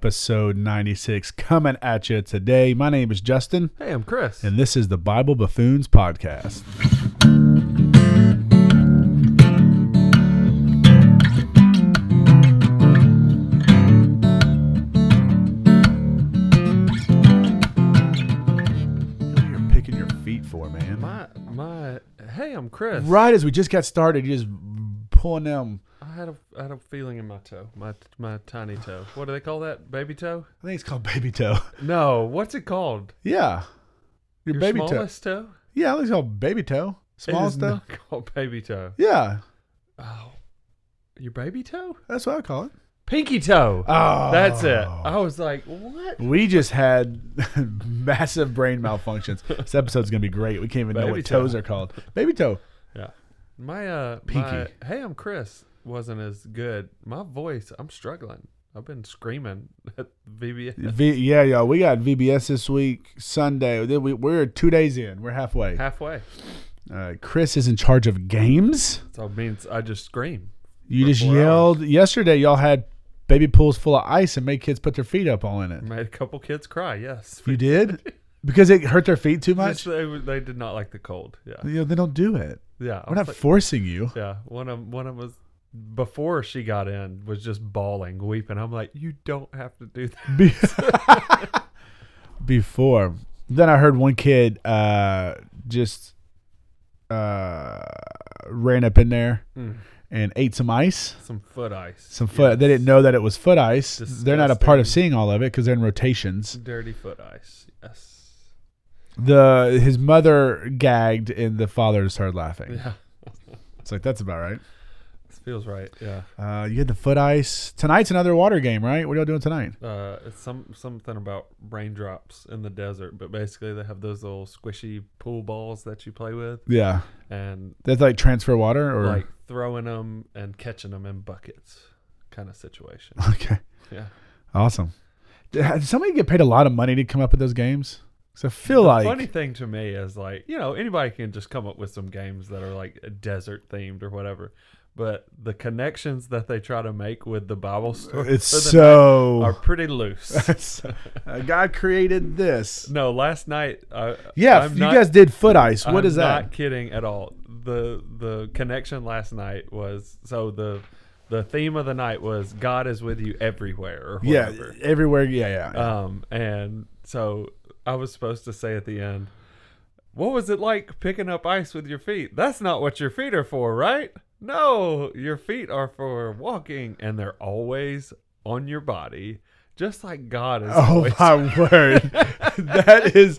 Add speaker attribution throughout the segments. Speaker 1: episode 96 coming at you today. My name is Justin,
Speaker 2: Hey, I'm Chris.
Speaker 1: and this is the Bible Buffoons Podcast. What are you picking your feet for, man?
Speaker 2: my my. Hey, I'm Chris.
Speaker 1: Right as we just got started, you just pulling them.
Speaker 2: I had a I had a feeling in my toe, my my tiny toe. What do they call that? Baby toe?
Speaker 1: I think it's called baby toe.
Speaker 2: No, what's it called?
Speaker 1: Yeah. Your, baby toe.
Speaker 2: smallest toe.
Speaker 1: Yeah, it's called baby toe.
Speaker 2: It
Speaker 1: Small
Speaker 2: is
Speaker 1: toe.
Speaker 2: not called baby toe.
Speaker 1: Yeah,
Speaker 2: Oh, your baby toe?
Speaker 1: that's what I call it.
Speaker 2: Pinky toe.
Speaker 1: Oh,
Speaker 2: That's it. I was like, what?
Speaker 1: We just had massive brain malfunctions. this episode's gonna be great. We can't even know
Speaker 2: Baby
Speaker 1: what
Speaker 2: toe.
Speaker 1: toes are called. Baby toe.
Speaker 2: Yeah. My uh. My,
Speaker 1: Pinky.
Speaker 2: hey, I'm Chris. Wasn't as good. My voice. I'm struggling. I've been screaming at VBS.
Speaker 1: V- yeah, y'all. We got VBS this week, Sunday. Then we- We're two days in. We're halfway.
Speaker 2: Halfway.
Speaker 1: Uh, Chris is in charge of games.
Speaker 2: So it means I just scream.
Speaker 1: You
Speaker 2: For
Speaker 1: just
Speaker 2: four
Speaker 1: yelled yesterday. Y'all had baby pools full of ice and made kids put their feet up all in it.
Speaker 2: Made a couple kids cry. Yes,
Speaker 1: You did because it hurt their feet too
Speaker 2: Just
Speaker 1: much.
Speaker 2: they, were- they did not like the cold. Yeah,
Speaker 1: You know, they don't do it.
Speaker 2: yeah. I
Speaker 1: We're
Speaker 2: was
Speaker 1: not
Speaker 2: like-
Speaker 1: forcing you.
Speaker 2: yeah, one of one of 'em was before she got in was just bawling, weeping. I'm like, you don't have to do that.
Speaker 1: Be- before. Then I heard one kid uh, just uh, ran up in there
Speaker 2: Hmm.
Speaker 1: and ate some ice,
Speaker 2: Some foot ice,
Speaker 1: some foot. They didn't know that it was foot ice. They're not a part of seeing all of it because they're in rotations.
Speaker 2: dirty foot ice. Yes,
Speaker 1: The his mother gagged and the father started laughing.
Speaker 2: yeah,
Speaker 1: It's like that's about right.
Speaker 2: this feels right. Yeah,
Speaker 1: Uh, you had the foot ice tonight's another water game, right? What are y'all doing tonight?
Speaker 2: uh, it's some something about raindrops in the desert, but basically they have those little squishy pool balls that you play with,
Speaker 1: Yeah,
Speaker 2: and
Speaker 1: that's like transfer water or
Speaker 2: like throwing them and catching them in buckets, kind of situation.
Speaker 1: okay.
Speaker 2: Yeah.
Speaker 1: Awesome. Did had somebody get paid a lot of money to come up with those games? Because I feel
Speaker 2: The
Speaker 1: like
Speaker 2: funny thing to me is like you know anybody can just come up with some games that are like desert themed or whatever, but the connections that they try to make with the Bible story
Speaker 1: it's
Speaker 2: for the night are
Speaker 1: so.
Speaker 2: pretty loose.
Speaker 1: Uh, God created this.
Speaker 2: no, last night I,
Speaker 1: Yeah,
Speaker 2: I'm
Speaker 1: you
Speaker 2: not-
Speaker 1: guys did foot ice. What
Speaker 2: I'm
Speaker 1: is that?
Speaker 2: Not kidding at all. the The connection last night was so the the theme of the night was God is with you everywhere or
Speaker 1: yeah,
Speaker 2: whatever.
Speaker 1: everywhere. Yeah, yeah.
Speaker 2: Um, and so I was supposed to say at the end, what was it like picking up ice with your feet? That's not what your feet are for, right? No, your feet are for walking, and they're always on your body, just like God is.
Speaker 1: oh
Speaker 2: always.
Speaker 1: my word, that is.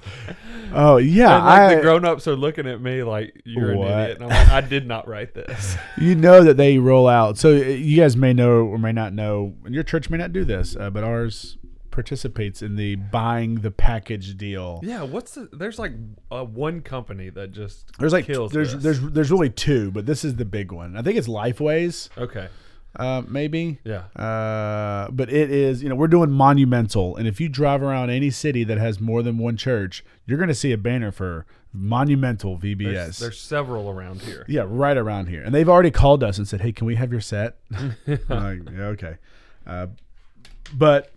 Speaker 1: Oh yeah,
Speaker 2: And like
Speaker 1: I,
Speaker 2: the grown-ups are looking at me like you're
Speaker 1: What?
Speaker 2: an idiot, and I'm like, I did not write this.
Speaker 1: you know that they roll out. So uh, you guys may know or may not know, and your church may not do this, uh, but ours participates in the buying the package deal.
Speaker 2: yeah, what's the, there's like uh, one company that just
Speaker 1: There's like
Speaker 2: kills
Speaker 1: there's
Speaker 2: this.
Speaker 1: there's there's really two, but this is the big one. I think it's Lifeways,
Speaker 2: okay,
Speaker 1: uh, maybe.
Speaker 2: yeah,
Speaker 1: Uh, but it is you know we're doing monumental, and if you drive around any city that has more than one church, you're gonna see a banner for monumental VBS.
Speaker 2: there's, there's several around here.
Speaker 1: yeah, right around here, and they've already called us and said, "Hey, can we have your set?" I'm like, yeah, okay. Uh, but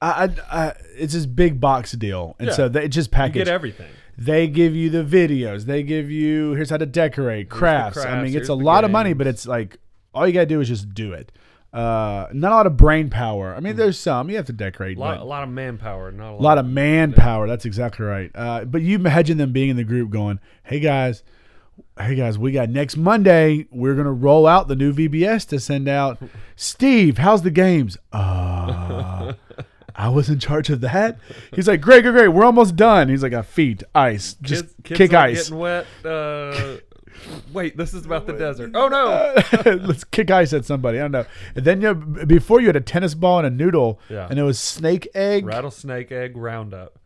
Speaker 1: I, I, I, it's this big box deal, and
Speaker 2: Yeah.
Speaker 1: so they just
Speaker 2: You get
Speaker 1: package
Speaker 2: everything.
Speaker 1: they give you the videos they give you here's how to decorate crafts. i
Speaker 2: crafts,
Speaker 1: mean it's
Speaker 2: here's
Speaker 1: a
Speaker 2: the
Speaker 1: lot of money
Speaker 2: games.
Speaker 1: but it's like all you gotta do is just do it uh, not a lot of brain power i mean there's some you have to decorate
Speaker 2: A Hmm. lot,
Speaker 1: but
Speaker 2: a lot of manpower, not a lot,
Speaker 1: a lot of manpower that's exactly right uh, but you imagine them being in the group going hey guys hey guys we got next monday we're gonna roll out the new vbs to send out steve how's the games uh, I was in charge of that. He's like, great, great, great. We're almost done. He's like, a feet, ice, just
Speaker 2: kids, kids
Speaker 1: kick
Speaker 2: are
Speaker 1: ice.
Speaker 2: Getting wet. Uh, wait, this is about the desert. Oh no!
Speaker 1: Let's kick ice at somebody. I don't know. And then you, before you had a tennis ball and a noodle,
Speaker 2: Yeah.
Speaker 1: and it was snake egg.
Speaker 2: Rattlesnake egg roundup.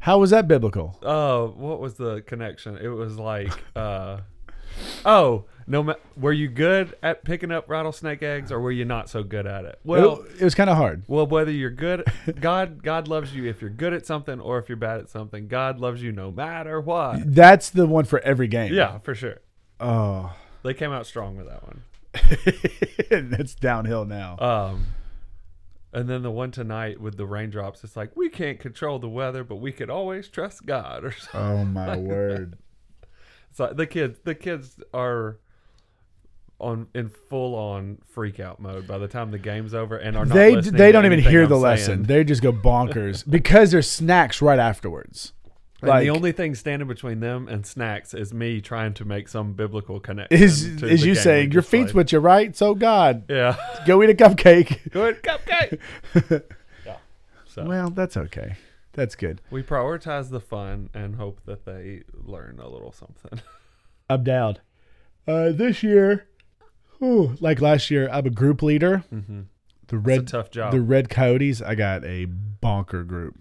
Speaker 1: How was that biblical?
Speaker 2: Oh, what was the connection? It was like, uh, oh, no. Ma- were you good at picking up rattlesnake eggs, or were you not so good at it? Well,
Speaker 1: it, it was kind of hard.
Speaker 2: well, whether you're good, God, God loves you if you're good at something, or if you're bad at something. God loves you no matter what.
Speaker 1: That's the one for every game.
Speaker 2: Yeah, for sure.
Speaker 1: Oh,
Speaker 2: They came out strong with that one.
Speaker 1: it's downhill now.
Speaker 2: Um, And then the one tonight with the raindrops, it's like we can't control the weather, but we could always trust God. Or something.
Speaker 1: Oh my word.
Speaker 2: It's like the kids, the kids are on in full on freak out mode by the time the game's over, and are not
Speaker 1: They
Speaker 2: listening
Speaker 1: they
Speaker 2: to
Speaker 1: don't even
Speaker 2: anything
Speaker 1: hear
Speaker 2: I'm
Speaker 1: the
Speaker 2: saying.
Speaker 1: lesson. They just go bonkers because there's snacks right afterwards.
Speaker 2: And
Speaker 1: Like
Speaker 2: the only thing standing between them and snacks is me trying to make some biblical connection.
Speaker 1: is
Speaker 2: to
Speaker 1: is
Speaker 2: the
Speaker 1: you
Speaker 2: game
Speaker 1: saying
Speaker 2: we
Speaker 1: your
Speaker 2: just
Speaker 1: feet's
Speaker 2: played.
Speaker 1: with you, right? So God,
Speaker 2: yeah.
Speaker 1: go eat a cupcake.
Speaker 2: Good cupcake. yeah. So
Speaker 1: Well, that's okay. That's good.
Speaker 2: we prioritize the fun and hope that they learn a little something.
Speaker 1: I'm down. Uh, this year, whew, like last year, I'm a group leader. The
Speaker 2: Mm-hmm. It's a
Speaker 1: red,
Speaker 2: tough job.
Speaker 1: the red coyotes. I got a bonker group.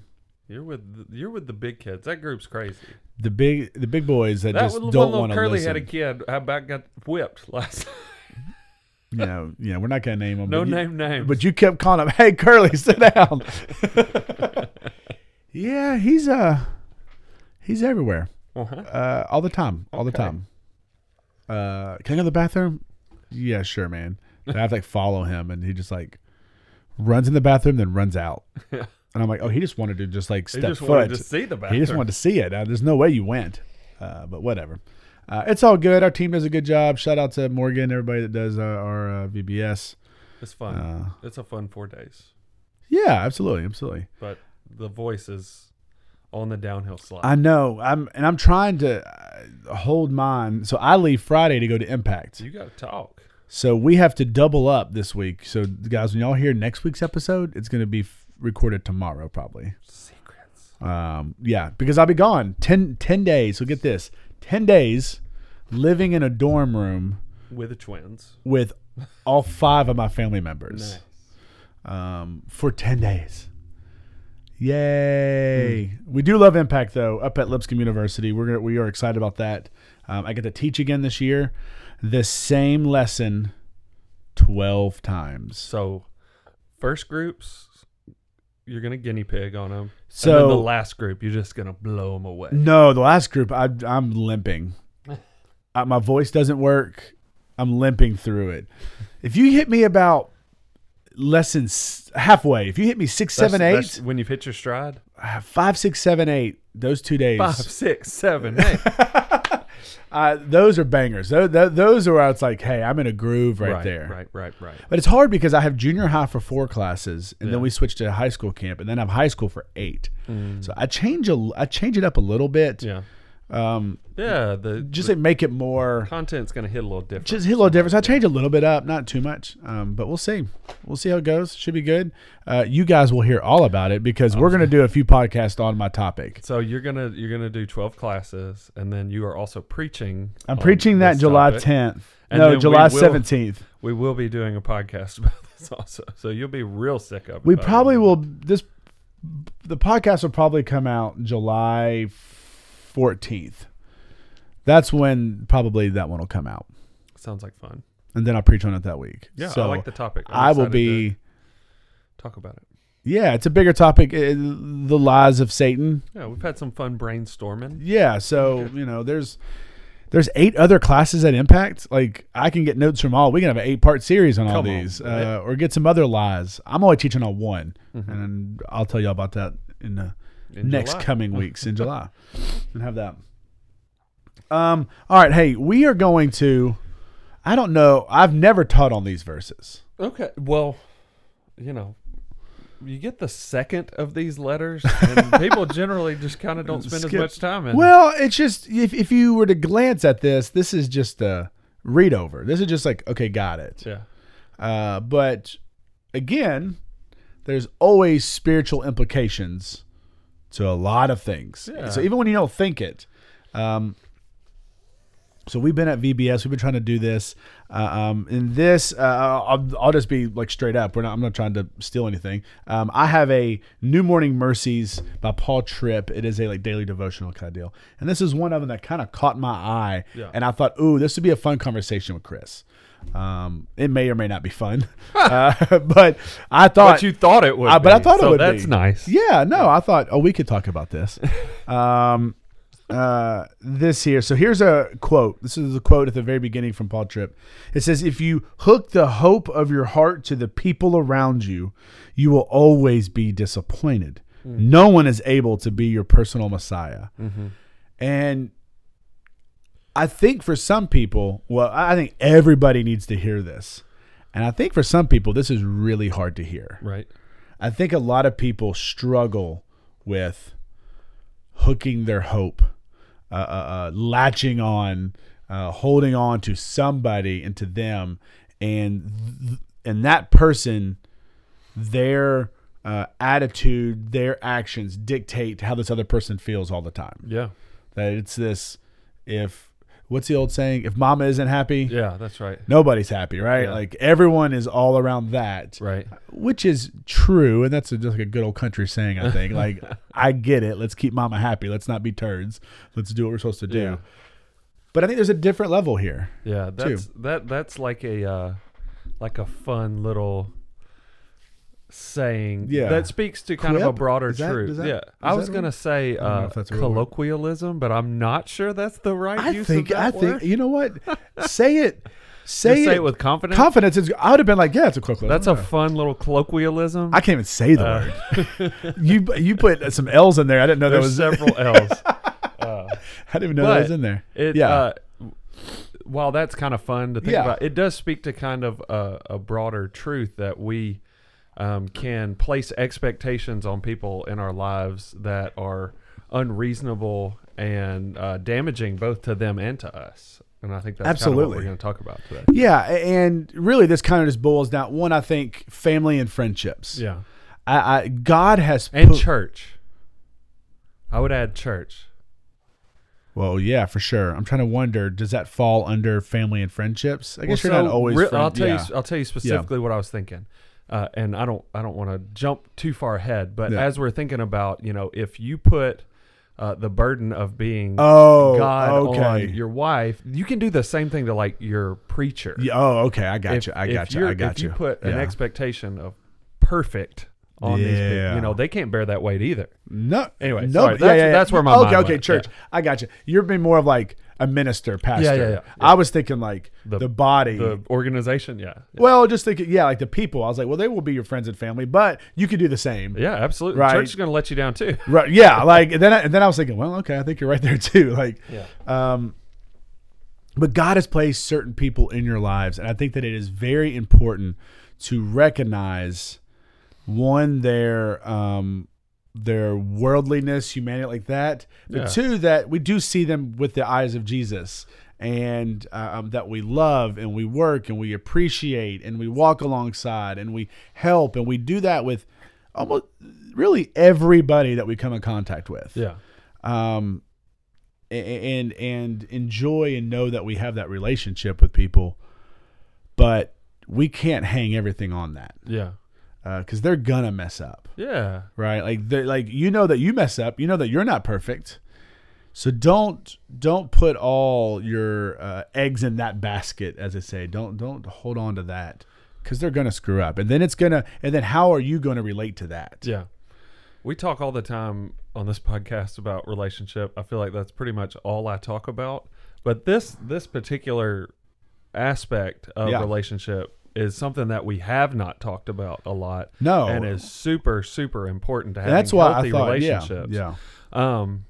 Speaker 2: You're with the, you're with the big kids. That group's crazy.
Speaker 1: The big, the big boys that,
Speaker 2: That
Speaker 1: just
Speaker 2: one
Speaker 1: don't
Speaker 2: little
Speaker 1: want to
Speaker 2: curly
Speaker 1: listen.
Speaker 2: headed kid I about got whipped last.
Speaker 1: You know, you know, we're not gonna name them.
Speaker 2: no
Speaker 1: but you-
Speaker 2: name names.
Speaker 1: but you kept calling him, "Hey, Curly, sit down." yeah, he's uh, he's everywhere,
Speaker 2: uh-huh.
Speaker 1: uh, all the time, all the
Speaker 2: Okay.
Speaker 1: time. Uh, can I go to the bathroom? Yeah, sure, man. And I have to like follow him, and he just like runs in the bathroom, then runs out.
Speaker 2: Yeah.
Speaker 1: And I'm like, oh, he just wanted to just like
Speaker 2: He
Speaker 1: step
Speaker 2: just
Speaker 1: foot.
Speaker 2: wanted to see the bathroom.
Speaker 1: He just wanted to see it. Uh, there's no way you went, uh, but whatever. Uh, it's all good. Our team does a good job. Shout out to Morgan, everybody that does uh, our uh, VBS.
Speaker 2: It's fun.
Speaker 1: Uh,
Speaker 2: it's a fun four days,
Speaker 1: yeah, absolutely, absolutely.
Speaker 2: but the voice is on the downhill slide.
Speaker 1: I know. I'm and I'm trying to uh, hold mine. So I leave Friday to go to Impact.
Speaker 2: you got to talk.
Speaker 1: So we have to double up this week. So guys, when y'all hear next week's episode, it's going to be f- recorded tomorrow probably.
Speaker 2: Secrets.
Speaker 1: Um, yeah, because I'll be gone 10, 10 days. So get this, ten days living in a dorm room
Speaker 2: With the twins.
Speaker 1: with all five of my family members um, for 10 days. Yay!
Speaker 2: Hmm.
Speaker 1: We do love Impact though. Up at Lipscomb University, we're gonna, we are excited about that. Um, I get to teach again this year, the same lesson, twelve times.
Speaker 2: So, first groups, you're going to guinea pig on them. and then the
Speaker 1: So
Speaker 2: last group, you're just going to blow them away.
Speaker 1: no, the last group, I, I'm limping. Uh, my voice doesn't work. I'm limping through it. If you hit me about lessons halfway, if you hit me six,
Speaker 2: That's-
Speaker 1: seven, eight,
Speaker 2: that's when you've hit your stride,
Speaker 1: uh, five, six, seven, eight, those two days,
Speaker 2: five, six, seven, eight.
Speaker 1: Uh, those are bangers. Those, those are where it's like, hey, I'm in a groove right, there.
Speaker 2: Right, right, right.
Speaker 1: But it's hard because I have junior high for four classes, and
Speaker 2: Yeah.
Speaker 1: then we switch to high school camp, and then I have high school for eight. So I change a, I change it up a little bit,
Speaker 2: Mm. Yeah.
Speaker 1: um,
Speaker 2: Yeah. The
Speaker 1: just
Speaker 2: the
Speaker 1: to make it more,
Speaker 2: content's going to hit a little different.
Speaker 1: just hit a little difference. I change a little bit up, not too much, um, but we'll see. We'll see how it goes. Should be good. Uh, you guys will hear all about it because we're going to do a few podcasts on my topic.
Speaker 2: so you're gonna you're gonna do twelve classes, and then you are also preaching.
Speaker 1: I'm
Speaker 2: on
Speaker 1: preaching that
Speaker 2: this
Speaker 1: July
Speaker 2: topic.
Speaker 1: 10th.
Speaker 2: And then
Speaker 1: no,
Speaker 2: we
Speaker 1: July
Speaker 2: will-
Speaker 1: 17th.
Speaker 2: We will be doing a podcast about this also, so you'll be real sick of it.
Speaker 1: We
Speaker 2: by
Speaker 1: probably
Speaker 2: then.
Speaker 1: will. This the podcast will probably come out July fourteenth. That's when probably that one will come out,
Speaker 2: Sounds like fun.
Speaker 1: and then I'll preach on it that week.
Speaker 2: Yeah,
Speaker 1: so
Speaker 2: I like the topic. I'm
Speaker 1: I will
Speaker 2: excited to
Speaker 1: be.
Speaker 2: talk about it.
Speaker 1: Yeah, it's a bigger topic. eh, the lies of Satan.
Speaker 2: Yeah, we've had some fun brainstorming.
Speaker 1: Yeah, so you know, there's there's eight other classes at Impact. Like I can get notes from all. We can have an eight part series on all
Speaker 2: Come on,
Speaker 1: these,
Speaker 2: man.
Speaker 1: uh,
Speaker 2: Mm-hmm.
Speaker 1: or get some other lies. I'm only teaching on one, and I'll tell you all about that in. Uh,
Speaker 2: in
Speaker 1: next
Speaker 2: July.
Speaker 1: coming weeks in July and have that. Um, all right. Hey, we are going to, I don't know. I've never taught on these verses.
Speaker 2: Okay. Well, you know, you get the second of these letters, and people generally just kind of don't spend
Speaker 1: Skip.
Speaker 2: as much time in.
Speaker 1: Well, it's just, if, if you were to glance at this, this is just a read over. This is just like, okay, got it.
Speaker 2: yeah.
Speaker 1: Uh, but again, there's always spiritual implications to a lot of things.
Speaker 2: Yeah.
Speaker 1: So even when you don't think it, um, so we've been at VBS. We've been trying to do this. Uh, um, and this, uh, I'll, I'll just be like straight up. We're not. I'm not trying to steal anything. Um, I have a New Morning Mercies by Paul Tripp. It is a like daily devotional kind of deal. And this is one of them that kind of caught my eye.
Speaker 2: Yeah.
Speaker 1: And I thought, ooh, this would be a fun conversation with Chris. Um, it may or may not be fun, uh, but I thought
Speaker 2: But you thought it would.
Speaker 1: I- but I
Speaker 2: be,
Speaker 1: thought it
Speaker 2: so
Speaker 1: would be.
Speaker 2: That's nice.
Speaker 1: yeah, no, I thought, oh, we could talk about this. Um, uh, this here. So here's a quote. This is a quote at the very beginning from Paul Tripp. It says, If you hook the hope of your heart to the people around you, you will always be disappointed.
Speaker 2: Mm.
Speaker 1: No one is able to be your personal Messiah.
Speaker 2: Mm-hmm.
Speaker 1: And I think for some people, well, I think everybody needs to hear this. And I think for some people, this is really hard to hear.
Speaker 2: Right.
Speaker 1: I think a lot of people struggle with hooking their hope, uh, uh, uh, latching on, uh, holding on to somebody and to them, and th- and that person, their uh, attitude, their actions dictate how this other person feels all the time.
Speaker 2: Yeah.
Speaker 1: That it's this, if what's the old saying? If mama isn't happy,
Speaker 2: Yeah, that's right.
Speaker 1: nobody's happy, right?
Speaker 2: Yeah.
Speaker 1: Like everyone is all around that,
Speaker 2: Right.
Speaker 1: which is true and that's a, just like a good old country saying i think like i get it let's keep mama happy let's not be turds let's do what we're supposed to do
Speaker 2: Yeah.
Speaker 1: but i think there's a different level here
Speaker 2: Yeah, that's that that's like a uh like a fun little saying
Speaker 1: Yeah.
Speaker 2: that speaks to kind of a
Speaker 1: Quip?
Speaker 2: broader
Speaker 1: Is that-
Speaker 2: truth.
Speaker 1: is that-
Speaker 2: yeah.
Speaker 1: is
Speaker 2: I
Speaker 1: that
Speaker 2: was
Speaker 1: a-
Speaker 2: going to say
Speaker 1: don't know
Speaker 2: uh,
Speaker 1: if that's a real word.
Speaker 2: colloquialism, but I'm not sure that's the right
Speaker 1: i
Speaker 2: use
Speaker 1: think
Speaker 2: of
Speaker 1: i
Speaker 2: that word.
Speaker 1: think you know what say it say,
Speaker 2: Just
Speaker 1: it,
Speaker 2: say it with confidence.
Speaker 1: confidence is, i would have been like yeah it's a quick
Speaker 2: that's a fun little colloquialism.
Speaker 1: I can't even say the
Speaker 2: Uh,
Speaker 1: word. You you put some L's in there. I didn't know there was.
Speaker 2: There's
Speaker 1: I
Speaker 2: several L's. Uh,
Speaker 1: didn't even know that
Speaker 2: but
Speaker 1: was in there.
Speaker 2: It,
Speaker 1: yeah,
Speaker 2: Uh, while that's kind of fun to think
Speaker 1: Yeah.
Speaker 2: about, it does speak to kind of a, a broader truth that we um, can place expectations on people in our lives that are unreasonable and uh, damaging both to them and to us. And I think that's kind of what
Speaker 1: Absolutely.
Speaker 2: we're going to talk about today.
Speaker 1: yeah, a- and really, this kind of just boils down. One, I think, family and friendships.
Speaker 2: Yeah.
Speaker 1: I, I God has
Speaker 2: And
Speaker 1: put-
Speaker 2: church. I would add church.
Speaker 1: Well, yeah, for sure. I'm trying to wonder, does that fall under family and friendships? I guess
Speaker 2: Well,
Speaker 1: you're
Speaker 2: so
Speaker 1: not always.
Speaker 2: re-
Speaker 1: friend-
Speaker 2: I'll tell
Speaker 1: yeah.
Speaker 2: you. uh, I'll tell you specifically what I was thinking, uh, and I don't. I don't want to jump too far ahead, but
Speaker 1: Yeah.
Speaker 2: as we're thinking about, you know, if you put uh, the burden of being
Speaker 1: Oh,
Speaker 2: God
Speaker 1: okay.
Speaker 2: on your wife, you can do the same thing to like your preacher.
Speaker 1: Yeah, oh, okay. I got
Speaker 2: If-
Speaker 1: you. I
Speaker 2: if
Speaker 1: got you.
Speaker 2: you're-
Speaker 1: I got
Speaker 2: if you. put an
Speaker 1: Yeah.
Speaker 2: expectation of perfect on these people,
Speaker 1: Yeah.
Speaker 2: you know, they can't bear that weight either.
Speaker 1: No.
Speaker 2: Anyway,
Speaker 1: no.
Speaker 2: sorry,
Speaker 1: yeah,
Speaker 2: that's-
Speaker 1: yeah, yeah.
Speaker 2: that's where my
Speaker 1: Okay,
Speaker 2: mind
Speaker 1: okay.
Speaker 2: went,
Speaker 1: Church. I got you. You're being more of like a minister, pastor.
Speaker 2: yeah, yeah.
Speaker 1: I was thinking like the, body.
Speaker 2: The organization, yeah,
Speaker 1: well, just thinking, yeah, like the people. I was like, well, they will be your friends and family, but you could do the same.
Speaker 2: yeah, absolutely.
Speaker 1: Right.
Speaker 2: Church is going to let you down too.
Speaker 1: Right. Yeah. Like and then I, and then I was thinking, well, okay, I think you're right there too. Like
Speaker 2: Yeah.
Speaker 1: um but God has placed certain people in your lives and I think that it is very important to recognize one their um their worldliness, humanity like that, but
Speaker 2: Yeah.
Speaker 1: two that we do see them with the eyes of Jesus and uh, um, that we love and we work and we appreciate and we walk alongside and we help and we do that with almost really everybody that we come in contact with
Speaker 2: Yeah,
Speaker 1: um, a- a- and and enjoy and know that we have that relationship with people, but we can't hang everything on that
Speaker 2: yeah,
Speaker 1: because they're gonna mess up,
Speaker 2: yeah.
Speaker 1: right? Like they like you know that you mess up, you know that you're not perfect, so don't don't put all your uh, eggs in that basket, as I say. Don't don't hold on to that because they're gonna screw up, and then it's gonna and then how are you gonna relate to that?
Speaker 2: Yeah. We talk all the time on this podcast about relationship. I feel like that's pretty much all I talk about. But this this particular aspect of
Speaker 1: Yeah.
Speaker 2: relationship is something that we have not talked about a lot.
Speaker 1: No.
Speaker 2: And is super, super important to have
Speaker 1: And that's why
Speaker 2: healthy
Speaker 1: I thought, yeah,
Speaker 2: relationships.
Speaker 1: yeah,
Speaker 2: Um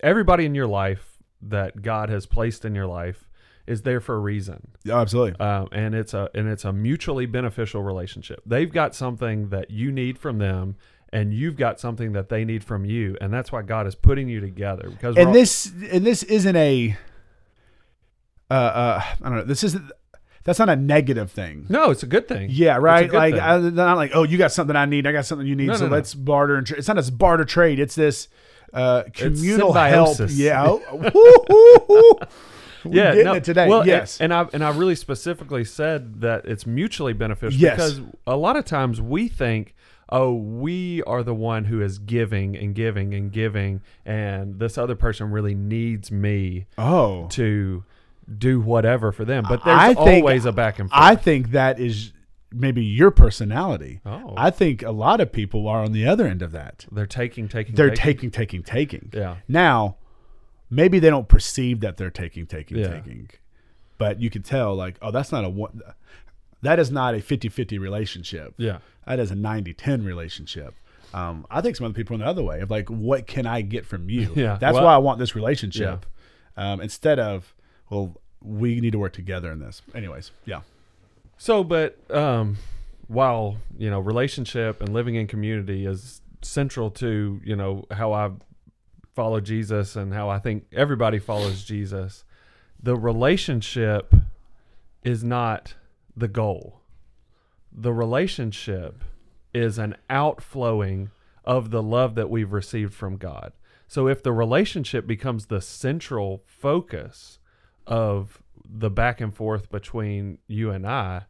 Speaker 2: everybody in your life that God has placed in your life is there for a reason
Speaker 1: Yeah, absolutely,
Speaker 2: um, and it's a and it's a mutually beneficial relationship. They've got something that you need from them, and you've got something that they need from you, and that's why God is putting you together. Because we're all-
Speaker 1: and this and this isn't a uh, uh I don't know. This isn't that's not a negative thing.
Speaker 2: no, it's a good thing.
Speaker 1: Yeah,
Speaker 2: It's a
Speaker 1: right.
Speaker 2: good
Speaker 1: Like
Speaker 2: thing.
Speaker 1: I, not like oh, you got something I need. I got something you need.
Speaker 2: No,
Speaker 1: so
Speaker 2: no, no.
Speaker 1: let's barter and trade. It's not a barter trade. It's this uh communal help.
Speaker 2: symbiosis.
Speaker 1: Yeah. Oh, woo, woo, woo. We're
Speaker 2: yeah,
Speaker 1: getting
Speaker 2: no,
Speaker 1: it today.
Speaker 2: Well,
Speaker 1: yes.
Speaker 2: and, and I and I really specifically said that it's mutually beneficial
Speaker 1: Yes.
Speaker 2: because a lot of times we think, oh, we are the one who is giving and giving and giving, and this other person really needs me
Speaker 1: oh,
Speaker 2: to do whatever for them. But there's
Speaker 1: I think-
Speaker 2: always a back and forth.
Speaker 1: I think that is maybe your personality.
Speaker 2: Oh.
Speaker 1: I think a lot of people are on the other end of that.
Speaker 2: they're taking, taking,
Speaker 1: They're
Speaker 2: taking.
Speaker 1: taking, taking, taking.
Speaker 2: Yeah.
Speaker 1: Now, maybe they don't perceive that they're taking, taking,
Speaker 2: Yeah.
Speaker 1: taking. But you can tell, like, oh, that's not a one, that is not a 50 50 relationship.
Speaker 2: Yeah.
Speaker 1: That is a 90 10 relationship. Um, I think some other people are the other way of like, what can I get from you?
Speaker 2: Yeah.
Speaker 1: That's
Speaker 2: Well-
Speaker 1: why I want this relationship um, instead of, well, we need to work together in this. Anyways, yeah.
Speaker 2: So, but um, while you know, relationship and living in community is central to you know how I follow Jesus and how I think everybody follows Jesus, the relationship is not the goal. The relationship is an outflowing of the love that we've received from God. So if the relationship becomes the central focus of the back and forth between you and I,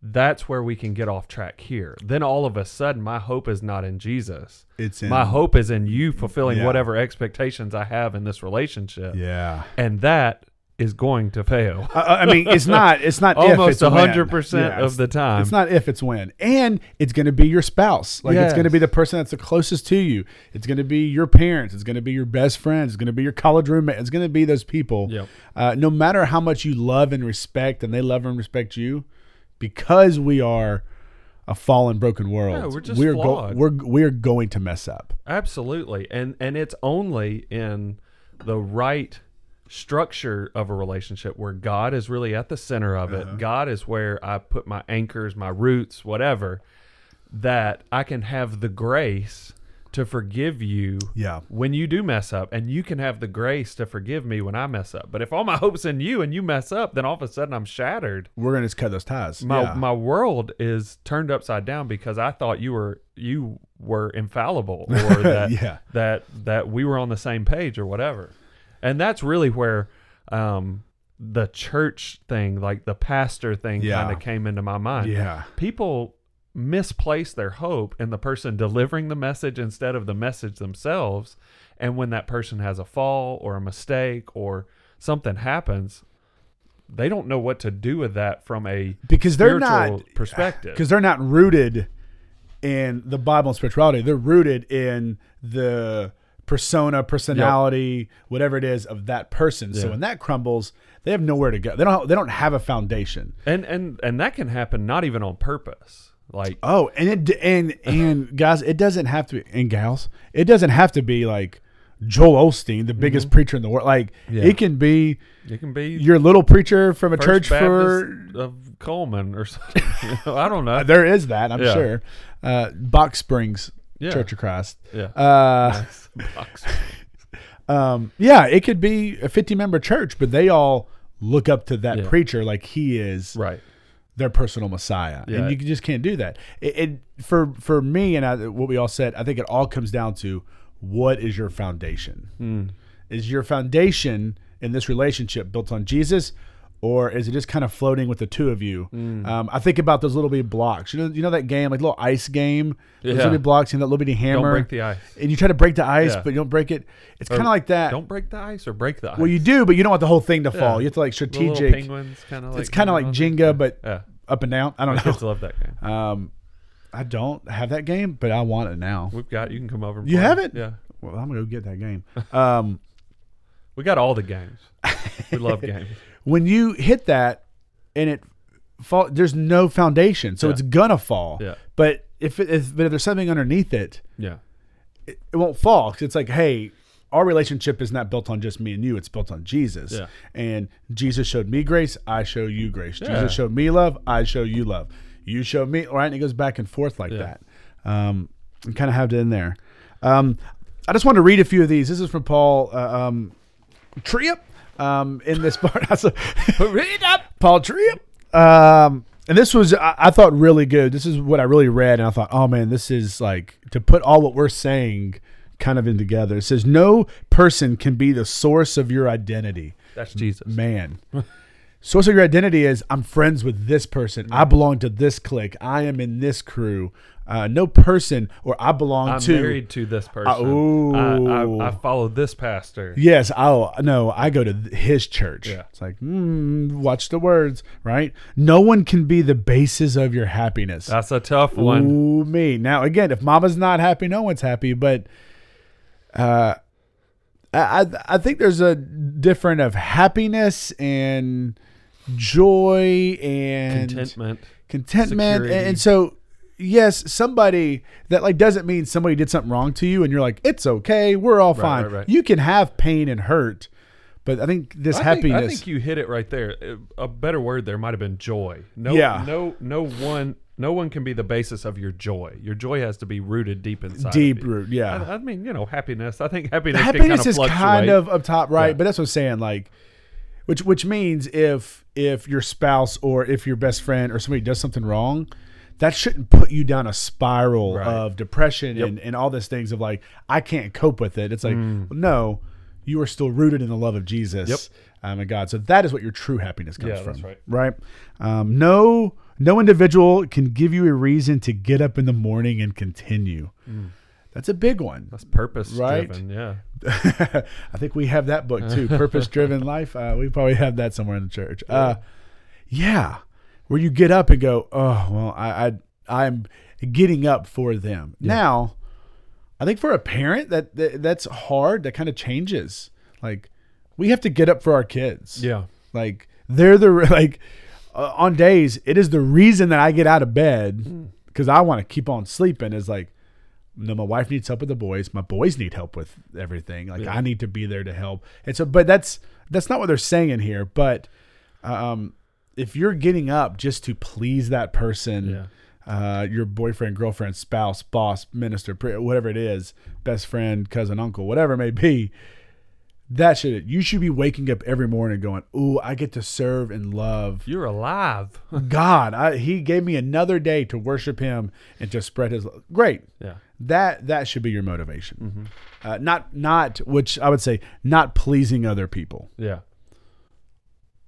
Speaker 2: that's where we can get off track here. Then all of a sudden, my hope is not in Jesus.
Speaker 1: It's in,
Speaker 2: My hope is in you fulfilling
Speaker 1: Yeah.
Speaker 2: whatever expectations I have in this relationship.
Speaker 1: yeah.
Speaker 2: And that is going to fail.
Speaker 1: I, I- I mean, it's not. It's not if,
Speaker 2: Almost
Speaker 1: it's when.
Speaker 2: 100%
Speaker 1: Yeah,
Speaker 2: of
Speaker 1: it's-
Speaker 2: the time.
Speaker 1: It's not if it's when, and it's going to be your spouse. Like it's going to
Speaker 2: Yes.
Speaker 1: be the person that's the closest to you. It's going to be your parents. It's going to be your best friends. It's going to be your college roommate. It's going to be those people.
Speaker 2: Yep.
Speaker 1: Uh, no matter how much you love and respect, and they love and respect you, because we are a fallen, broken world.
Speaker 2: Yeah, we're just
Speaker 1: we're, go-
Speaker 2: flawed.
Speaker 1: we're we're going to mess up.
Speaker 2: Absolutely. And and it's only in the right structure of a relationship where God is really at the center of
Speaker 1: Uh-huh.
Speaker 2: it. God is where I put my anchors, my roots, whatever, that I can have the grace to forgive you
Speaker 1: Yeah.
Speaker 2: when you do mess up and you can have the grace to forgive me when I mess up. But if all my hopes in you and you mess up, then all of a sudden I'm shattered.
Speaker 1: We're going to cut those ties.
Speaker 2: My
Speaker 1: yeah.
Speaker 2: my world is turned upside down because I thought you were you were infallible or that
Speaker 1: Yeah.
Speaker 2: that that we were on the same page or whatever. And that's really where um the church thing, like the pastor thing
Speaker 1: Yeah.
Speaker 2: kind of came into my mind.
Speaker 1: yeah.
Speaker 2: People misplace their hope in the person delivering the message instead of the message themselves. And when that person has a fall or a mistake or something happens, they don't know what to do with that from a
Speaker 1: Because they're
Speaker 2: spiritual
Speaker 1: not
Speaker 2: perspective.
Speaker 1: because they're not rooted in the Bible and spirituality. They're rooted in the persona, personality, whatever it is of that person. So
Speaker 2: Yeah.
Speaker 1: when that crumbles, they have nowhere to go. They don't. They don't have a foundation.
Speaker 2: and and and that can happen not even on purpose. Like
Speaker 1: Oh, and it d- and and guys, it doesn't have to. be And gals, it doesn't have to be like Joel Osteen, the biggest preacher in the world. Like
Speaker 2: Mm-hmm. Yeah.
Speaker 1: it can be
Speaker 2: it can be
Speaker 1: your little preacher from a church
Speaker 2: First Baptist
Speaker 1: for. Uh,
Speaker 2: of Coleman or something. You know, I don't know.
Speaker 1: There is that, I'm
Speaker 2: Yeah.
Speaker 1: sure. Uh, Box Springs
Speaker 2: Yeah.
Speaker 1: Church of Christ.
Speaker 2: Yeah.
Speaker 1: Uh,
Speaker 2: Nice. Box.
Speaker 1: um, yeah, it could be a 50 member church, but they all look up to that
Speaker 2: Yeah.
Speaker 1: preacher like he is
Speaker 2: right.
Speaker 1: their personal messiah,
Speaker 2: Yeah.
Speaker 1: and you just can't do that. It, it for for me and I, what we all said, I think it all comes down to what is your foundation?
Speaker 2: Hmm.
Speaker 1: Is your foundation in this relationship built on Jesus? Or is it just kind of floating with the two of you?
Speaker 2: Hmm.
Speaker 1: Um, I think about those little bitty blocks. You know, you know that game, like little ice game. Those
Speaker 2: Yeah.
Speaker 1: little bitty blocks and that little bitty hammer.
Speaker 2: Don't break the ice.
Speaker 1: and you try to break the ice,
Speaker 2: Yeah.
Speaker 1: but you don't break it. It's kind of like that.
Speaker 2: Don't break the ice or break the ice.
Speaker 1: Well, you do, but you don't want the whole thing to fall. You have to like
Speaker 2: The little
Speaker 1: strategic.
Speaker 2: penguins kind of like
Speaker 1: it's kind of like
Speaker 2: hanging on
Speaker 1: Jenga, but
Speaker 2: there.
Speaker 1: up and down. I
Speaker 2: Yeah.
Speaker 1: don't know.
Speaker 2: Kids love that game.
Speaker 1: Um, I don't have that game, but I want it now.
Speaker 2: We've got. You can come over. And
Speaker 1: You
Speaker 2: play.
Speaker 1: have it?
Speaker 2: Yeah.
Speaker 1: Well, I'm gonna go get that game. Um,
Speaker 2: We got all the games. We love games.
Speaker 1: when you hit that and it fall, there's no foundation, so
Speaker 2: Yeah.
Speaker 1: it's gonna fall.
Speaker 2: Yeah.
Speaker 1: But if it, if, but if there's something underneath it,
Speaker 2: Yeah.
Speaker 1: it, it won't fall 'cause it's like, hey, our relationship is not built on just me and you; it's built on Jesus.
Speaker 2: Yeah.
Speaker 1: And Jesus showed me grace; I show you grace.
Speaker 2: Yeah.
Speaker 1: Jesus showed me love; I show you love. You show me, right? And it goes back and forth like
Speaker 2: Yeah.
Speaker 1: that. Um, and kind of have it in there. Um, I just wanted to read a few of these. This is from Paul uh, um, Tripp. Um, in this part,
Speaker 2: Read up.
Speaker 1: Paul Tripp. Um, and this was I, I thought really good. This is what I really read, and I thought, oh man, this is like to put all what we're saying kind of in together. It says no person can be the source of your identity,
Speaker 2: That's Jesus.
Speaker 1: man. source of your identity is I'm friends with this person. I belong to this clique. I am in this crew. Uh, no person or I belong
Speaker 2: I'm
Speaker 1: to.
Speaker 2: married to this person.
Speaker 1: ooh.
Speaker 2: I, I, I
Speaker 1: Oh.
Speaker 2: follow this pastor.
Speaker 1: Yes, I'll no, I go to th- his church.
Speaker 2: Yeah.
Speaker 1: It's like, mm, watch the words, right? No one can be the basis of your happiness.
Speaker 2: That's a tough one.
Speaker 1: Ooh, me. Now again, if mama's not happy, no one's happy, but uh I I- I think there's a different of happiness and joy and
Speaker 2: Contentment.
Speaker 1: contentment and,
Speaker 2: Security.
Speaker 1: and so yes somebody that like doesn't mean somebody did something wrong to you and you're like it's okay we're all fine
Speaker 2: right, right.
Speaker 1: you can have pain and hurt but i think this
Speaker 2: I think-
Speaker 1: happiness
Speaker 2: I think you hit it right there. Uh, A a better word there might have been joy. No,
Speaker 1: Yeah.
Speaker 2: no, no one, no one can be the basis of your joy. Your joy has to be rooted deep inside. of
Speaker 1: deep
Speaker 2: you.
Speaker 1: root yeah
Speaker 2: I, I mean, you know, happiness. I think happiness.
Speaker 1: happiness
Speaker 2: can
Speaker 1: is
Speaker 2: kind of
Speaker 1: kind of up top right
Speaker 2: Yeah.
Speaker 1: but that's what i'm saying like which which means if if your spouse or if your best friend or somebody does something wrong that shouldn't put you down a spiral
Speaker 2: Right.
Speaker 1: of depression and, and all these things of like i can't cope with it it's like no you are still rooted in the love of jesus
Speaker 2: Mm. Yep.
Speaker 1: um, and god so that is what your true happiness comes
Speaker 2: Yeah,
Speaker 1: from
Speaker 2: that's right.
Speaker 1: right um, no no individual can give you a reason to get up in the morning and continue
Speaker 2: Mm.
Speaker 1: that's a big one
Speaker 2: That's purpose
Speaker 1: Right?
Speaker 2: driven. Yeah.
Speaker 1: I think we have that book too, Purpose Driven Life. Uh, we probably have that somewhere in the church. Uh, yeah, where you get up and go, oh well, I, I I'm getting up for them now. I think for a parent that, that that's hard. That kind of changes. Like we have to get up for our kids.
Speaker 2: Yeah.
Speaker 1: Like they're the like uh, on days it is the reason that I get out of bed because I want to keep on sleeping is like no my wife needs help with the boys my boys need help with everything like I need to be there to help and so but that's that's not what they're saying here but um if you're getting up just to please that person
Speaker 2: Yeah.
Speaker 1: uh, your boyfriend, girlfriend, spouse, boss, minister, pri- whatever it is, best friend, cousin, uncle, whatever it may be, that should you should be waking up every morning going, "Ooh, I get to serve and love
Speaker 2: You're alive.
Speaker 1: God. I, he gave me another day to worship Him and to spread His love." Great.
Speaker 2: yeah.
Speaker 1: That that should be your motivation. Uh, not not which I would say not pleasing other people.
Speaker 2: Yeah.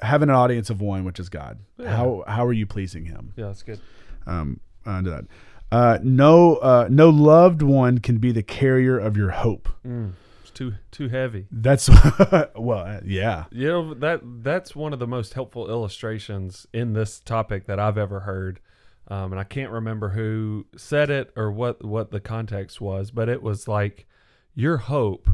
Speaker 1: Having an audience of one, which is God.
Speaker 2: Yeah.
Speaker 1: How how are you pleasing Him?
Speaker 2: Yeah. That's good.
Speaker 1: um, onto that. Uh, no, uh, no loved one can be the carrier of your hope.
Speaker 2: It's too too heavy.
Speaker 1: That's well, uh, yeah,
Speaker 2: You know that that's one of the most helpful illustrations in this topic that I've ever heard, um, and I can't remember who said it or what what the context was, but it was like your hope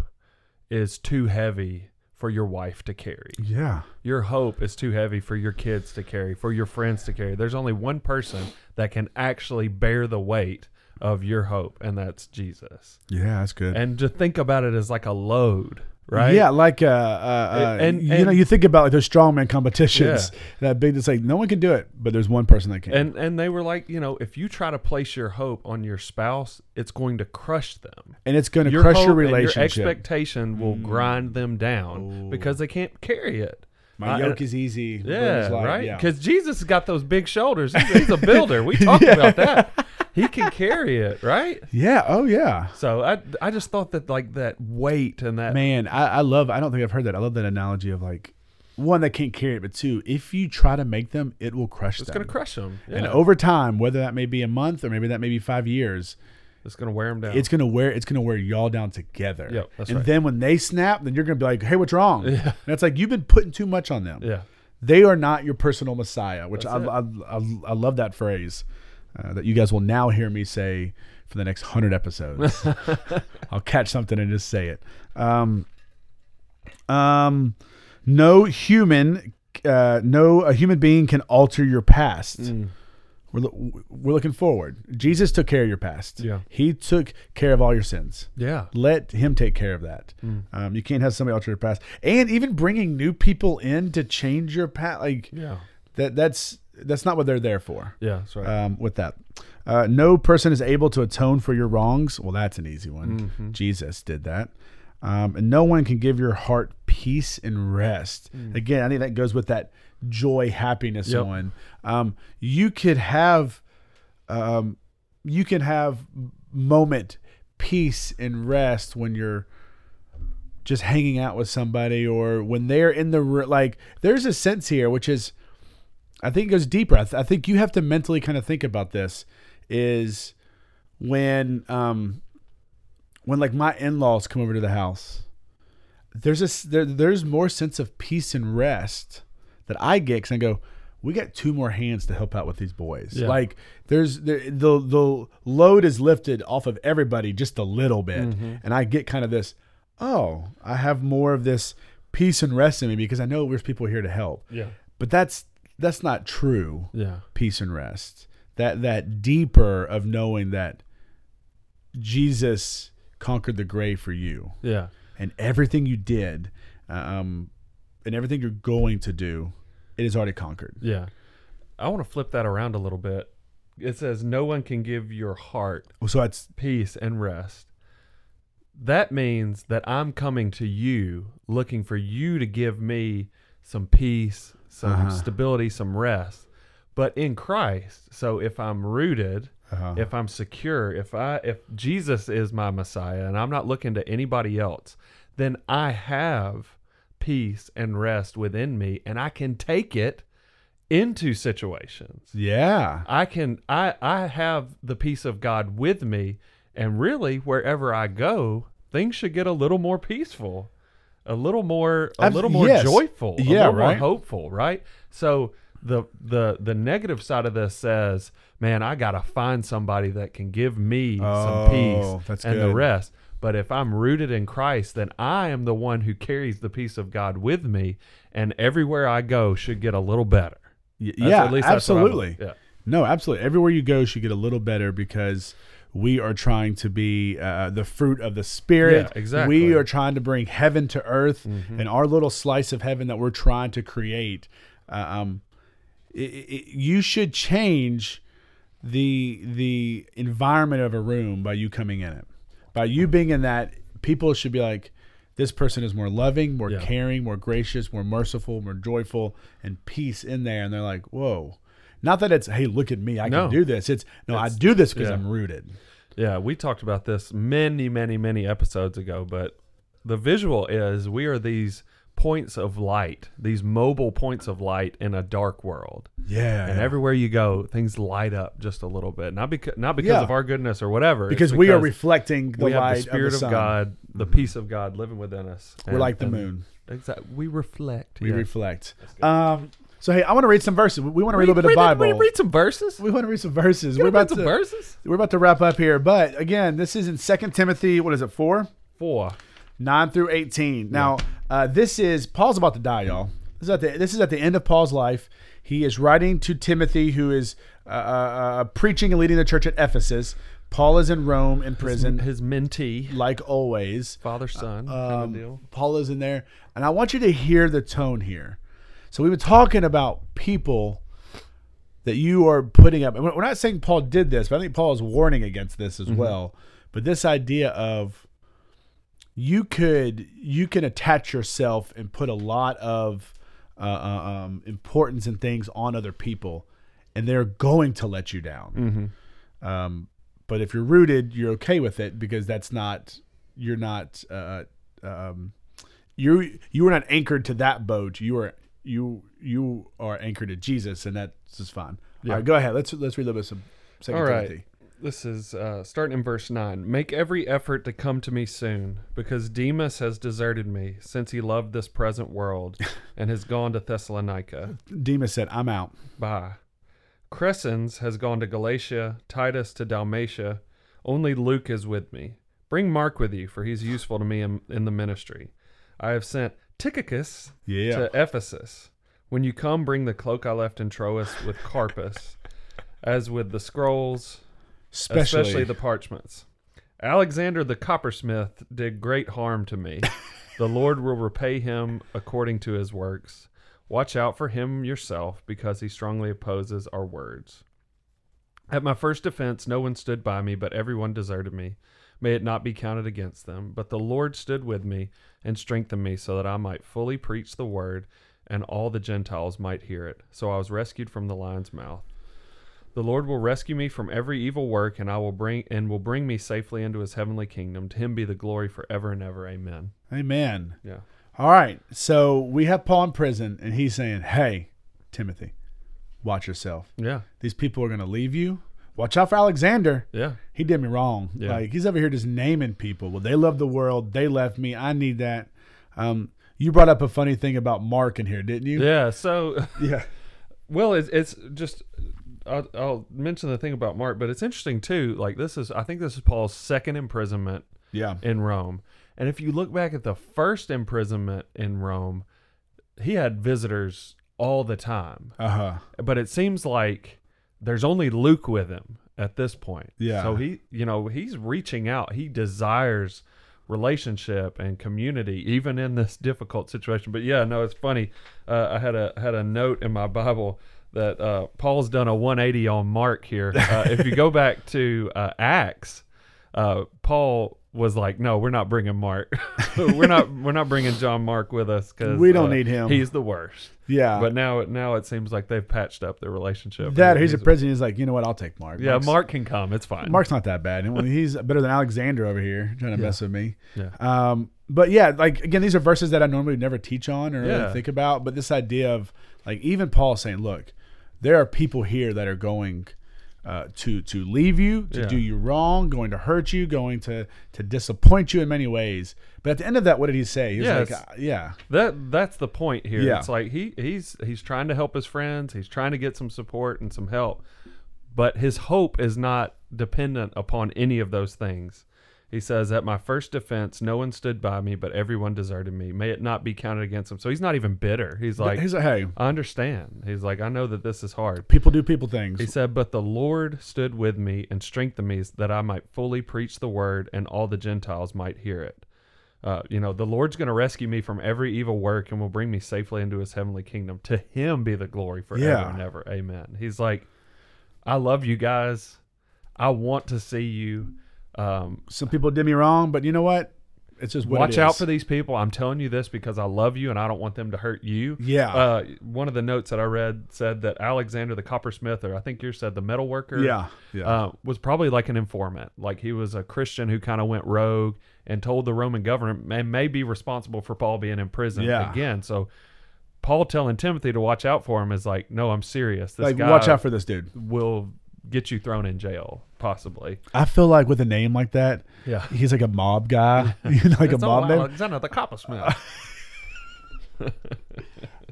Speaker 2: is too heavy for your wife to carry.
Speaker 1: yeah,
Speaker 2: Your hope is too heavy for your kids to carry, for your friends to carry. There's only one person that can actually bear the weight of your hope, and that's Jesus.
Speaker 1: yeah. That's good.
Speaker 2: And to think about it as like a load, right?
Speaker 1: Yeah, like uh, uh, uh
Speaker 2: And-
Speaker 1: and, you know,
Speaker 2: and-
Speaker 1: you think about like those strongman competitions. That big, it's like no one can do it, but there's one person that can.
Speaker 2: and and they were like you know if you try to place your hope on your spouse it's going to crush them
Speaker 1: and it's going to crush your
Speaker 2: hope and
Speaker 1: relationship.
Speaker 2: your expectation
Speaker 1: Mm.
Speaker 2: will grind them down because they can't carry it
Speaker 1: My
Speaker 2: I- uh,
Speaker 1: yoke is easy. burden
Speaker 2: yeah
Speaker 1: is light.
Speaker 2: right
Speaker 1: Yeah.
Speaker 2: because jesus has got those big shoulders he's, he's a builder we talked about that he can carry it right
Speaker 1: yeah. Oh yeah.
Speaker 2: so i i just thought that like that weight and that
Speaker 1: Man, I, I love. I don't think I've heard that. I love that analogy of like one they can't carry it, but two, if you try to make them, it will crush
Speaker 2: it's
Speaker 1: them.
Speaker 2: gonna crush them yeah.
Speaker 1: And oh, over time, whether that may be a month or maybe that may be five years,
Speaker 2: it's gonna wear them down
Speaker 1: it's gonna wear it's gonna wear y'all down together.
Speaker 2: Yep, that's
Speaker 1: and
Speaker 2: right.
Speaker 1: then when they snap, then you're gonna be like, "Hey, what's wrong?" And it's like you've been putting too much on them.
Speaker 2: yeah
Speaker 1: They are not your personal messiah, which I,
Speaker 2: That's
Speaker 1: I, I I love that phrase uh, that you guys will now hear me say for the next hundred episodes. I'll catch something and just say it. Um, um, no human, uh, no a human being can alter your past.
Speaker 2: Mm.
Speaker 1: We're, lo- we're looking forward. Jesus took care of your past.
Speaker 2: Yeah.
Speaker 1: He took care of all your sins.
Speaker 2: yeah
Speaker 1: Let him take care of that. Um, you can't have somebody alter your past. And even bringing new people in to change your past, like
Speaker 2: yeah
Speaker 1: that that's that's not what they're there for.
Speaker 2: yeah that's right
Speaker 1: Um, with that, uh, no person is able to atone for your wrongs. Well, that's an easy one.
Speaker 2: Mm-hmm.
Speaker 1: Jesus did that. Um, and no one can give your heart peace and rest. Again, I think that goes with that joy, happiness
Speaker 2: Mm. Yep.
Speaker 1: one. Um, you could have um, you can have moment peace and rest when you're just hanging out with somebody or when they're in the ro- like there's a sense here which is i think it goes deeper i, th- I think you have to mentally kind of think about this is when um when like my in-laws come over to the house there's a s- there, there's more sense of peace and rest that i get because i go we got two more hands to help out with these boys
Speaker 2: Yeah.
Speaker 1: like there's the, the the load is lifted off of everybody just a little bit and i get kind of this oh, I have more of this peace and rest in me because I know there's people here to help.
Speaker 2: Yeah.
Speaker 1: But that's that's not true
Speaker 2: Yeah.
Speaker 1: peace and rest. That that deeper of knowing that Jesus conquered the grave for you
Speaker 2: Yeah.
Speaker 1: and everything you did, um, and everything you're going to do, it is already conquered.
Speaker 2: Yeah. I want to flip that around a little bit. It says, No one can give your heart
Speaker 1: So that's
Speaker 2: peace and rest. That means that I'm coming to you looking for you to give me some peace, some
Speaker 1: Uh-huh.
Speaker 2: stability, some rest. But in Christ, so if I'm rooted,
Speaker 1: uh,
Speaker 2: if I'm secure, if I if Jesus is my Messiah and I'm not looking to anybody else, then I have peace and rest within me and I can take it into situations.
Speaker 1: yeah,
Speaker 2: I can I I have the peace of God with me and really wherever I go, things should get a little more peaceful, a little more a
Speaker 1: Abs-
Speaker 2: little more
Speaker 1: yes.
Speaker 2: joyful, a
Speaker 1: Yeah,
Speaker 2: little
Speaker 1: right.
Speaker 2: more hopeful, right? So the the the negative side of this says, man, I got to find somebody that can give me some
Speaker 1: Oh,
Speaker 2: peace
Speaker 1: that's
Speaker 2: and the
Speaker 1: good.
Speaker 2: rest. But if I'm rooted in Christ, then I am the one who carries the peace of God with me, and everywhere I go should get a little better.
Speaker 1: Y-
Speaker 2: That's-
Speaker 1: yeah,
Speaker 2: at least that's what I
Speaker 1: absolutely.
Speaker 2: believe. Yeah.
Speaker 1: No, absolutely. Everywhere you go should get a little better because we are trying to be uh, the fruit of the spirit.
Speaker 2: Yeah, exactly. Mm-hmm.
Speaker 1: We are trying to bring heaven to earth, and our little slice of heaven that we're trying to create. uh, Um, i i you should change the the environment of a room by you coming in it. By you being in that, people should be like, this person is more loving, more
Speaker 2: Yeah.
Speaker 1: caring, more gracious, more merciful, more joyful, and peace in there. And they're like, whoa. Not that it's, hey, look at me, I
Speaker 2: No.
Speaker 1: can do this. It's no, I do this because
Speaker 2: yeah.
Speaker 1: I'm rooted.
Speaker 2: Yeah, we talked about this many, many, many episodes ago, but the visual is we are these points of light, these mobile points of light in a dark world.
Speaker 1: Yeah.
Speaker 2: And everywhere you go, things light up just a little bit. Not because not because
Speaker 1: Yeah.
Speaker 2: of our goodness or whatever. it's
Speaker 1: because we are
Speaker 2: because
Speaker 1: reflecting the
Speaker 2: we have
Speaker 1: light
Speaker 2: the spirit
Speaker 1: of,
Speaker 2: of,
Speaker 1: the sun. Mm-hmm.
Speaker 2: God, the peace of God living within us.
Speaker 1: We're
Speaker 2: And-
Speaker 1: like the
Speaker 2: and-
Speaker 1: moon.
Speaker 2: Exactly. We reflect.
Speaker 1: We
Speaker 2: yeah.
Speaker 1: reflect.
Speaker 2: good.
Speaker 1: Um, so, hey, I want to read some verses. We want to read a little
Speaker 2: We-
Speaker 1: bit of
Speaker 2: we-
Speaker 1: Bible.
Speaker 2: We read some verses.
Speaker 1: we want to read some verses.
Speaker 2: We
Speaker 1: We're
Speaker 2: read
Speaker 1: about
Speaker 2: some
Speaker 1: to
Speaker 2: verses.
Speaker 1: we're about to wrap up here, but again, this is in Second Timothy. What is it? Four,
Speaker 2: Four.
Speaker 1: nine through eighteen. Now, uh, this is Paul's about to die, y'all. This is at the this is at the end of Paul's life. He is writing to Timothy, who is uh, uh, uh, preaching and leading the church at Ephesus. Paul is in Rome in prison,
Speaker 2: His mentee,
Speaker 1: like always.
Speaker 2: father, son, kind
Speaker 1: um,
Speaker 2: of deal.
Speaker 1: Paula's in there, and I want you to hear the tone here. So we've been talking about people that you are putting up. And we're we're not saying Paul did this, but I think Paul is warning against this as well. But this idea of you could you can attach yourself and put a lot of uh, uh, um, importance and things on other people, and they're going to let you down. Um, but if you're rooted, you're okay with it because that's not you're not uh, um, you you were not anchored to that boat. You are you you are anchored to Jesus, and that's just fine. All right, go ahead. Let's let's read a little bit of Second
Speaker 2: All right.
Speaker 1: Timothy.
Speaker 2: This is uh, starting in verse 9. Make every effort to come to me soon, because Demas has deserted me since he loved this present world and has gone to Thessalonica.
Speaker 1: Demas said, "I'm out."
Speaker 2: Bye. Crescens has gone to Galatia, Titus to Dalmatia. Only Luke is with me. Bring Mark with you, for he's useful to me in, in the ministry. I have sent Tychicus
Speaker 1: Yeah.
Speaker 2: to Ephesus. When you come, bring the cloak I left in Troas with Carpus, as with the scrolls,
Speaker 1: Especially,
Speaker 2: especially the parchments. Alexander the coppersmith did great harm to me. the Lord will repay him according to his works. Watch out for him yourself, because he strongly opposes our words. At my first defense, no one stood by me, but everyone deserted me. May it not be counted against them. But the Lord stood with me and strengthened me so that I might fully preach the word and all the Gentiles might hear it. So I was rescued from the lion's mouth. The Lord will rescue me from every evil work, and I will bring and will bring me safely into His heavenly kingdom. To Him be the glory forever and ever. Amen.
Speaker 1: Amen.
Speaker 2: Yeah.
Speaker 1: All right. So we have Paul in prison, and he's saying, "Hey, Timothy, watch yourself.
Speaker 2: Yeah.
Speaker 1: These people are going to leave you. Watch out for Alexander."
Speaker 2: Yeah.
Speaker 1: he did me wrong.
Speaker 2: Yeah.
Speaker 1: Like he's over here just naming people. Well, they love the world. They left me. I need that. Um, you brought up a funny thing about Mark in here, didn't you?
Speaker 2: Yeah. So,
Speaker 1: Yeah.
Speaker 2: well, it's, it's just I'll, I'll mention the thing about Mark, but it's interesting too. Like this is, I think this is Paul's second imprisonment
Speaker 1: Yeah.
Speaker 2: in Rome. And if you look back at the first imprisonment in Rome, he had visitors all the time.
Speaker 1: Uh huh.
Speaker 2: But it seems like there's only Luke with him at this point.
Speaker 1: Yeah.
Speaker 2: So he, you know, he's reaching out. He desires relationship and community even in this difficult situation. But yeah, no, it's funny. Uh, I had a had a note in my Bible that uh, Paul's done a 180 on Mark here. Uh, if you go back to uh, Acts, uh, Paul was like, "No, we're not bringing Mark. we're not we're not bringing John Mark with us because
Speaker 1: We don't need him.
Speaker 2: He's the worst."
Speaker 1: Yeah.
Speaker 2: But now now it seems like they've patched up their relationship.
Speaker 1: Uh, that he's a president. He's like, you know what? I'll take Mark.
Speaker 2: yeah.
Speaker 1: Mark's-
Speaker 2: Mark can come. It's fine.
Speaker 1: Mark's not that bad. And when he's better than Alexander over here trying to mess with me.
Speaker 2: Yeah.
Speaker 1: Um, but yeah, like again, these are verses that I normally would never teach on or really
Speaker 2: Yeah.
Speaker 1: think about. But this idea of like even Paul saying, "Look, there are people here that are going uh, to to leave you, to
Speaker 2: Yeah.
Speaker 1: do you wrong, going to hurt you, going to to disappoint you in many ways." But at the end of that, what did he say? He was
Speaker 2: Yeah,
Speaker 1: like,
Speaker 2: it's-
Speaker 1: uh, "Yeah,
Speaker 2: That that's the point here.
Speaker 1: Yeah.
Speaker 2: It's like he he's he's trying to help his friends. He's trying to get some support and some help, but his hope is not dependent upon any of those things. He says, "At my first defense, no one stood by me, but everyone deserted me. May it not be counted against him." So he's not even bitter. He's like,
Speaker 1: he's like, hey,
Speaker 2: "I understand." He's like, "I know that this is hard."
Speaker 1: people do people things."
Speaker 2: He said, But the Lord stood with me and strengthened me that I might fully preach the word and all the Gentiles might hear it. Uh, you know, the Lord's going to rescue me from every evil work and will bring me safely into his heavenly kingdom. To him be the glory forever
Speaker 1: Yeah.
Speaker 2: and ever. Amen. He's like, I love you guys. I want to see you. Um,
Speaker 1: Some people did me wrong, but you know what? It's just what it
Speaker 2: watch out
Speaker 1: is.
Speaker 2: for these people. I'm telling you this because I love you and I don't want them to hurt you.
Speaker 1: Yeah.
Speaker 2: Uh, one of the notes that I read said that Alexander the coppersmith, or I think yours said the metal worker.
Speaker 1: yeah, yeah.
Speaker 2: uh, was probably like an informant. Like he was a Christian who kind of went rogue and told the Roman government and may be responsible for Paul being in prison
Speaker 1: Yeah.
Speaker 2: again. So Paul telling Timothy to watch out for him is like, no, I'm serious. This
Speaker 1: like,
Speaker 2: guy
Speaker 1: watch out for this dude.
Speaker 2: will get you thrown in jail, possibly.
Speaker 1: I feel like with a name like that,
Speaker 2: Yeah.
Speaker 1: he's like a mob guy, you know, like a
Speaker 2: It's all
Speaker 1: mob man.
Speaker 2: Alexander the coppersmith.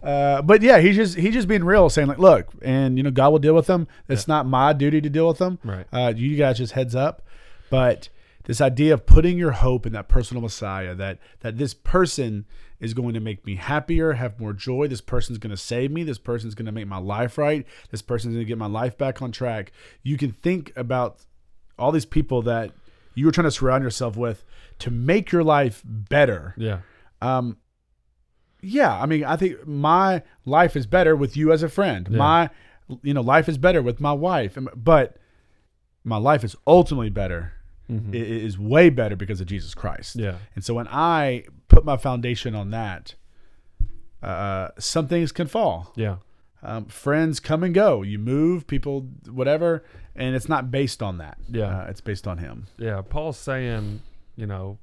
Speaker 1: Uh, but yeah, he's just he's just being real, saying like, look, and you know, God will deal with them. It's not my duty to deal with them.
Speaker 2: Right.
Speaker 1: Uh, you guys just heads up. But this idea of putting your hope in that personal Messiah, that that this person is going to make me happier, have more joy. This person's going to save me. This person's going to make my life right. This person's going to get my life back on track. You can think about all these people that you were trying to surround yourself with to make your life better.
Speaker 2: yeah.
Speaker 1: Um, yeah, I mean, I think my life is better with you as a friend.
Speaker 2: Yeah.
Speaker 1: My, you know, life is better with my wife, And- but my life is ultimately better.
Speaker 2: Mhm.
Speaker 1: i- i- is way better because of Jesus Christ.
Speaker 2: Yeah.
Speaker 1: And so when I put my foundation on that, uh, some things can fall.
Speaker 2: Yeah.
Speaker 1: Um, friends come and go. You move, people, whatever, and it's not based on that.
Speaker 2: Yeah.
Speaker 1: uh, it's based on Him.
Speaker 2: Yeah. Paul's saying, you know,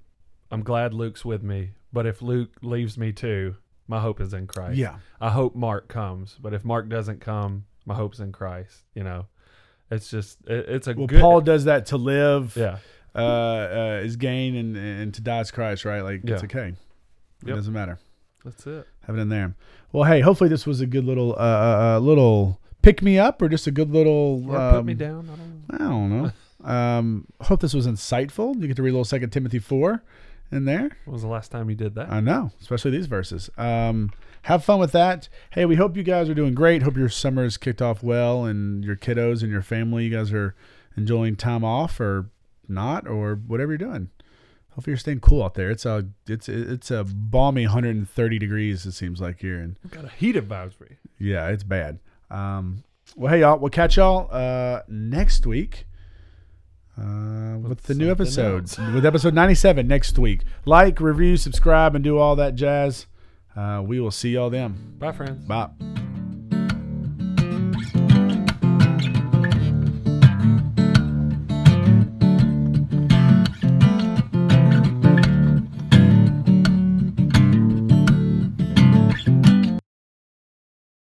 Speaker 2: I'm glad Luke's with me, but if Luke leaves me too, my hope is in Christ.
Speaker 1: Yeah,
Speaker 2: I hope Mark comes, but if Mark doesn't come, my hope's in Christ. You know, it's just it, it's a
Speaker 1: well,
Speaker 2: good
Speaker 1: Paul does that to live.
Speaker 2: yeah
Speaker 1: uh, uh, is gain and, and to die is Christ, right? Like it's
Speaker 2: Yeah.
Speaker 1: okay. It
Speaker 2: Yep.
Speaker 1: doesn't matter.
Speaker 2: that's it.
Speaker 1: Have it in there. Well, hey, hopefully this was a good little uh, uh, uh, little pick me up or just a good little
Speaker 2: Or
Speaker 1: um,
Speaker 2: put me down. I don't know.
Speaker 1: I don't know. um, hope this was insightful. You get to read a little Second Timothy four in there.
Speaker 2: When was the last time you did that?
Speaker 1: I know, especially these verses. Um, have fun with that. Hey, we hope you guys are doing great. Hope your summer is kicked off well and your kiddos and your family, you guys are enjoying time off or not or whatever you're doing. Hopefully you're staying cool out there. It's a it's it's a balmy 130 degrees it seems like here and
Speaker 2: I've got a heat advisory.
Speaker 1: yeah, it's bad. Um, well, hey y'all, we'll catch y'all uh, next week uh, with, the new
Speaker 2: something
Speaker 1: episode, with episode 97 next week. Like, review, subscribe, and do all that jazz. Uh, we will see y'all then.
Speaker 2: Bye, friends.
Speaker 1: Bye.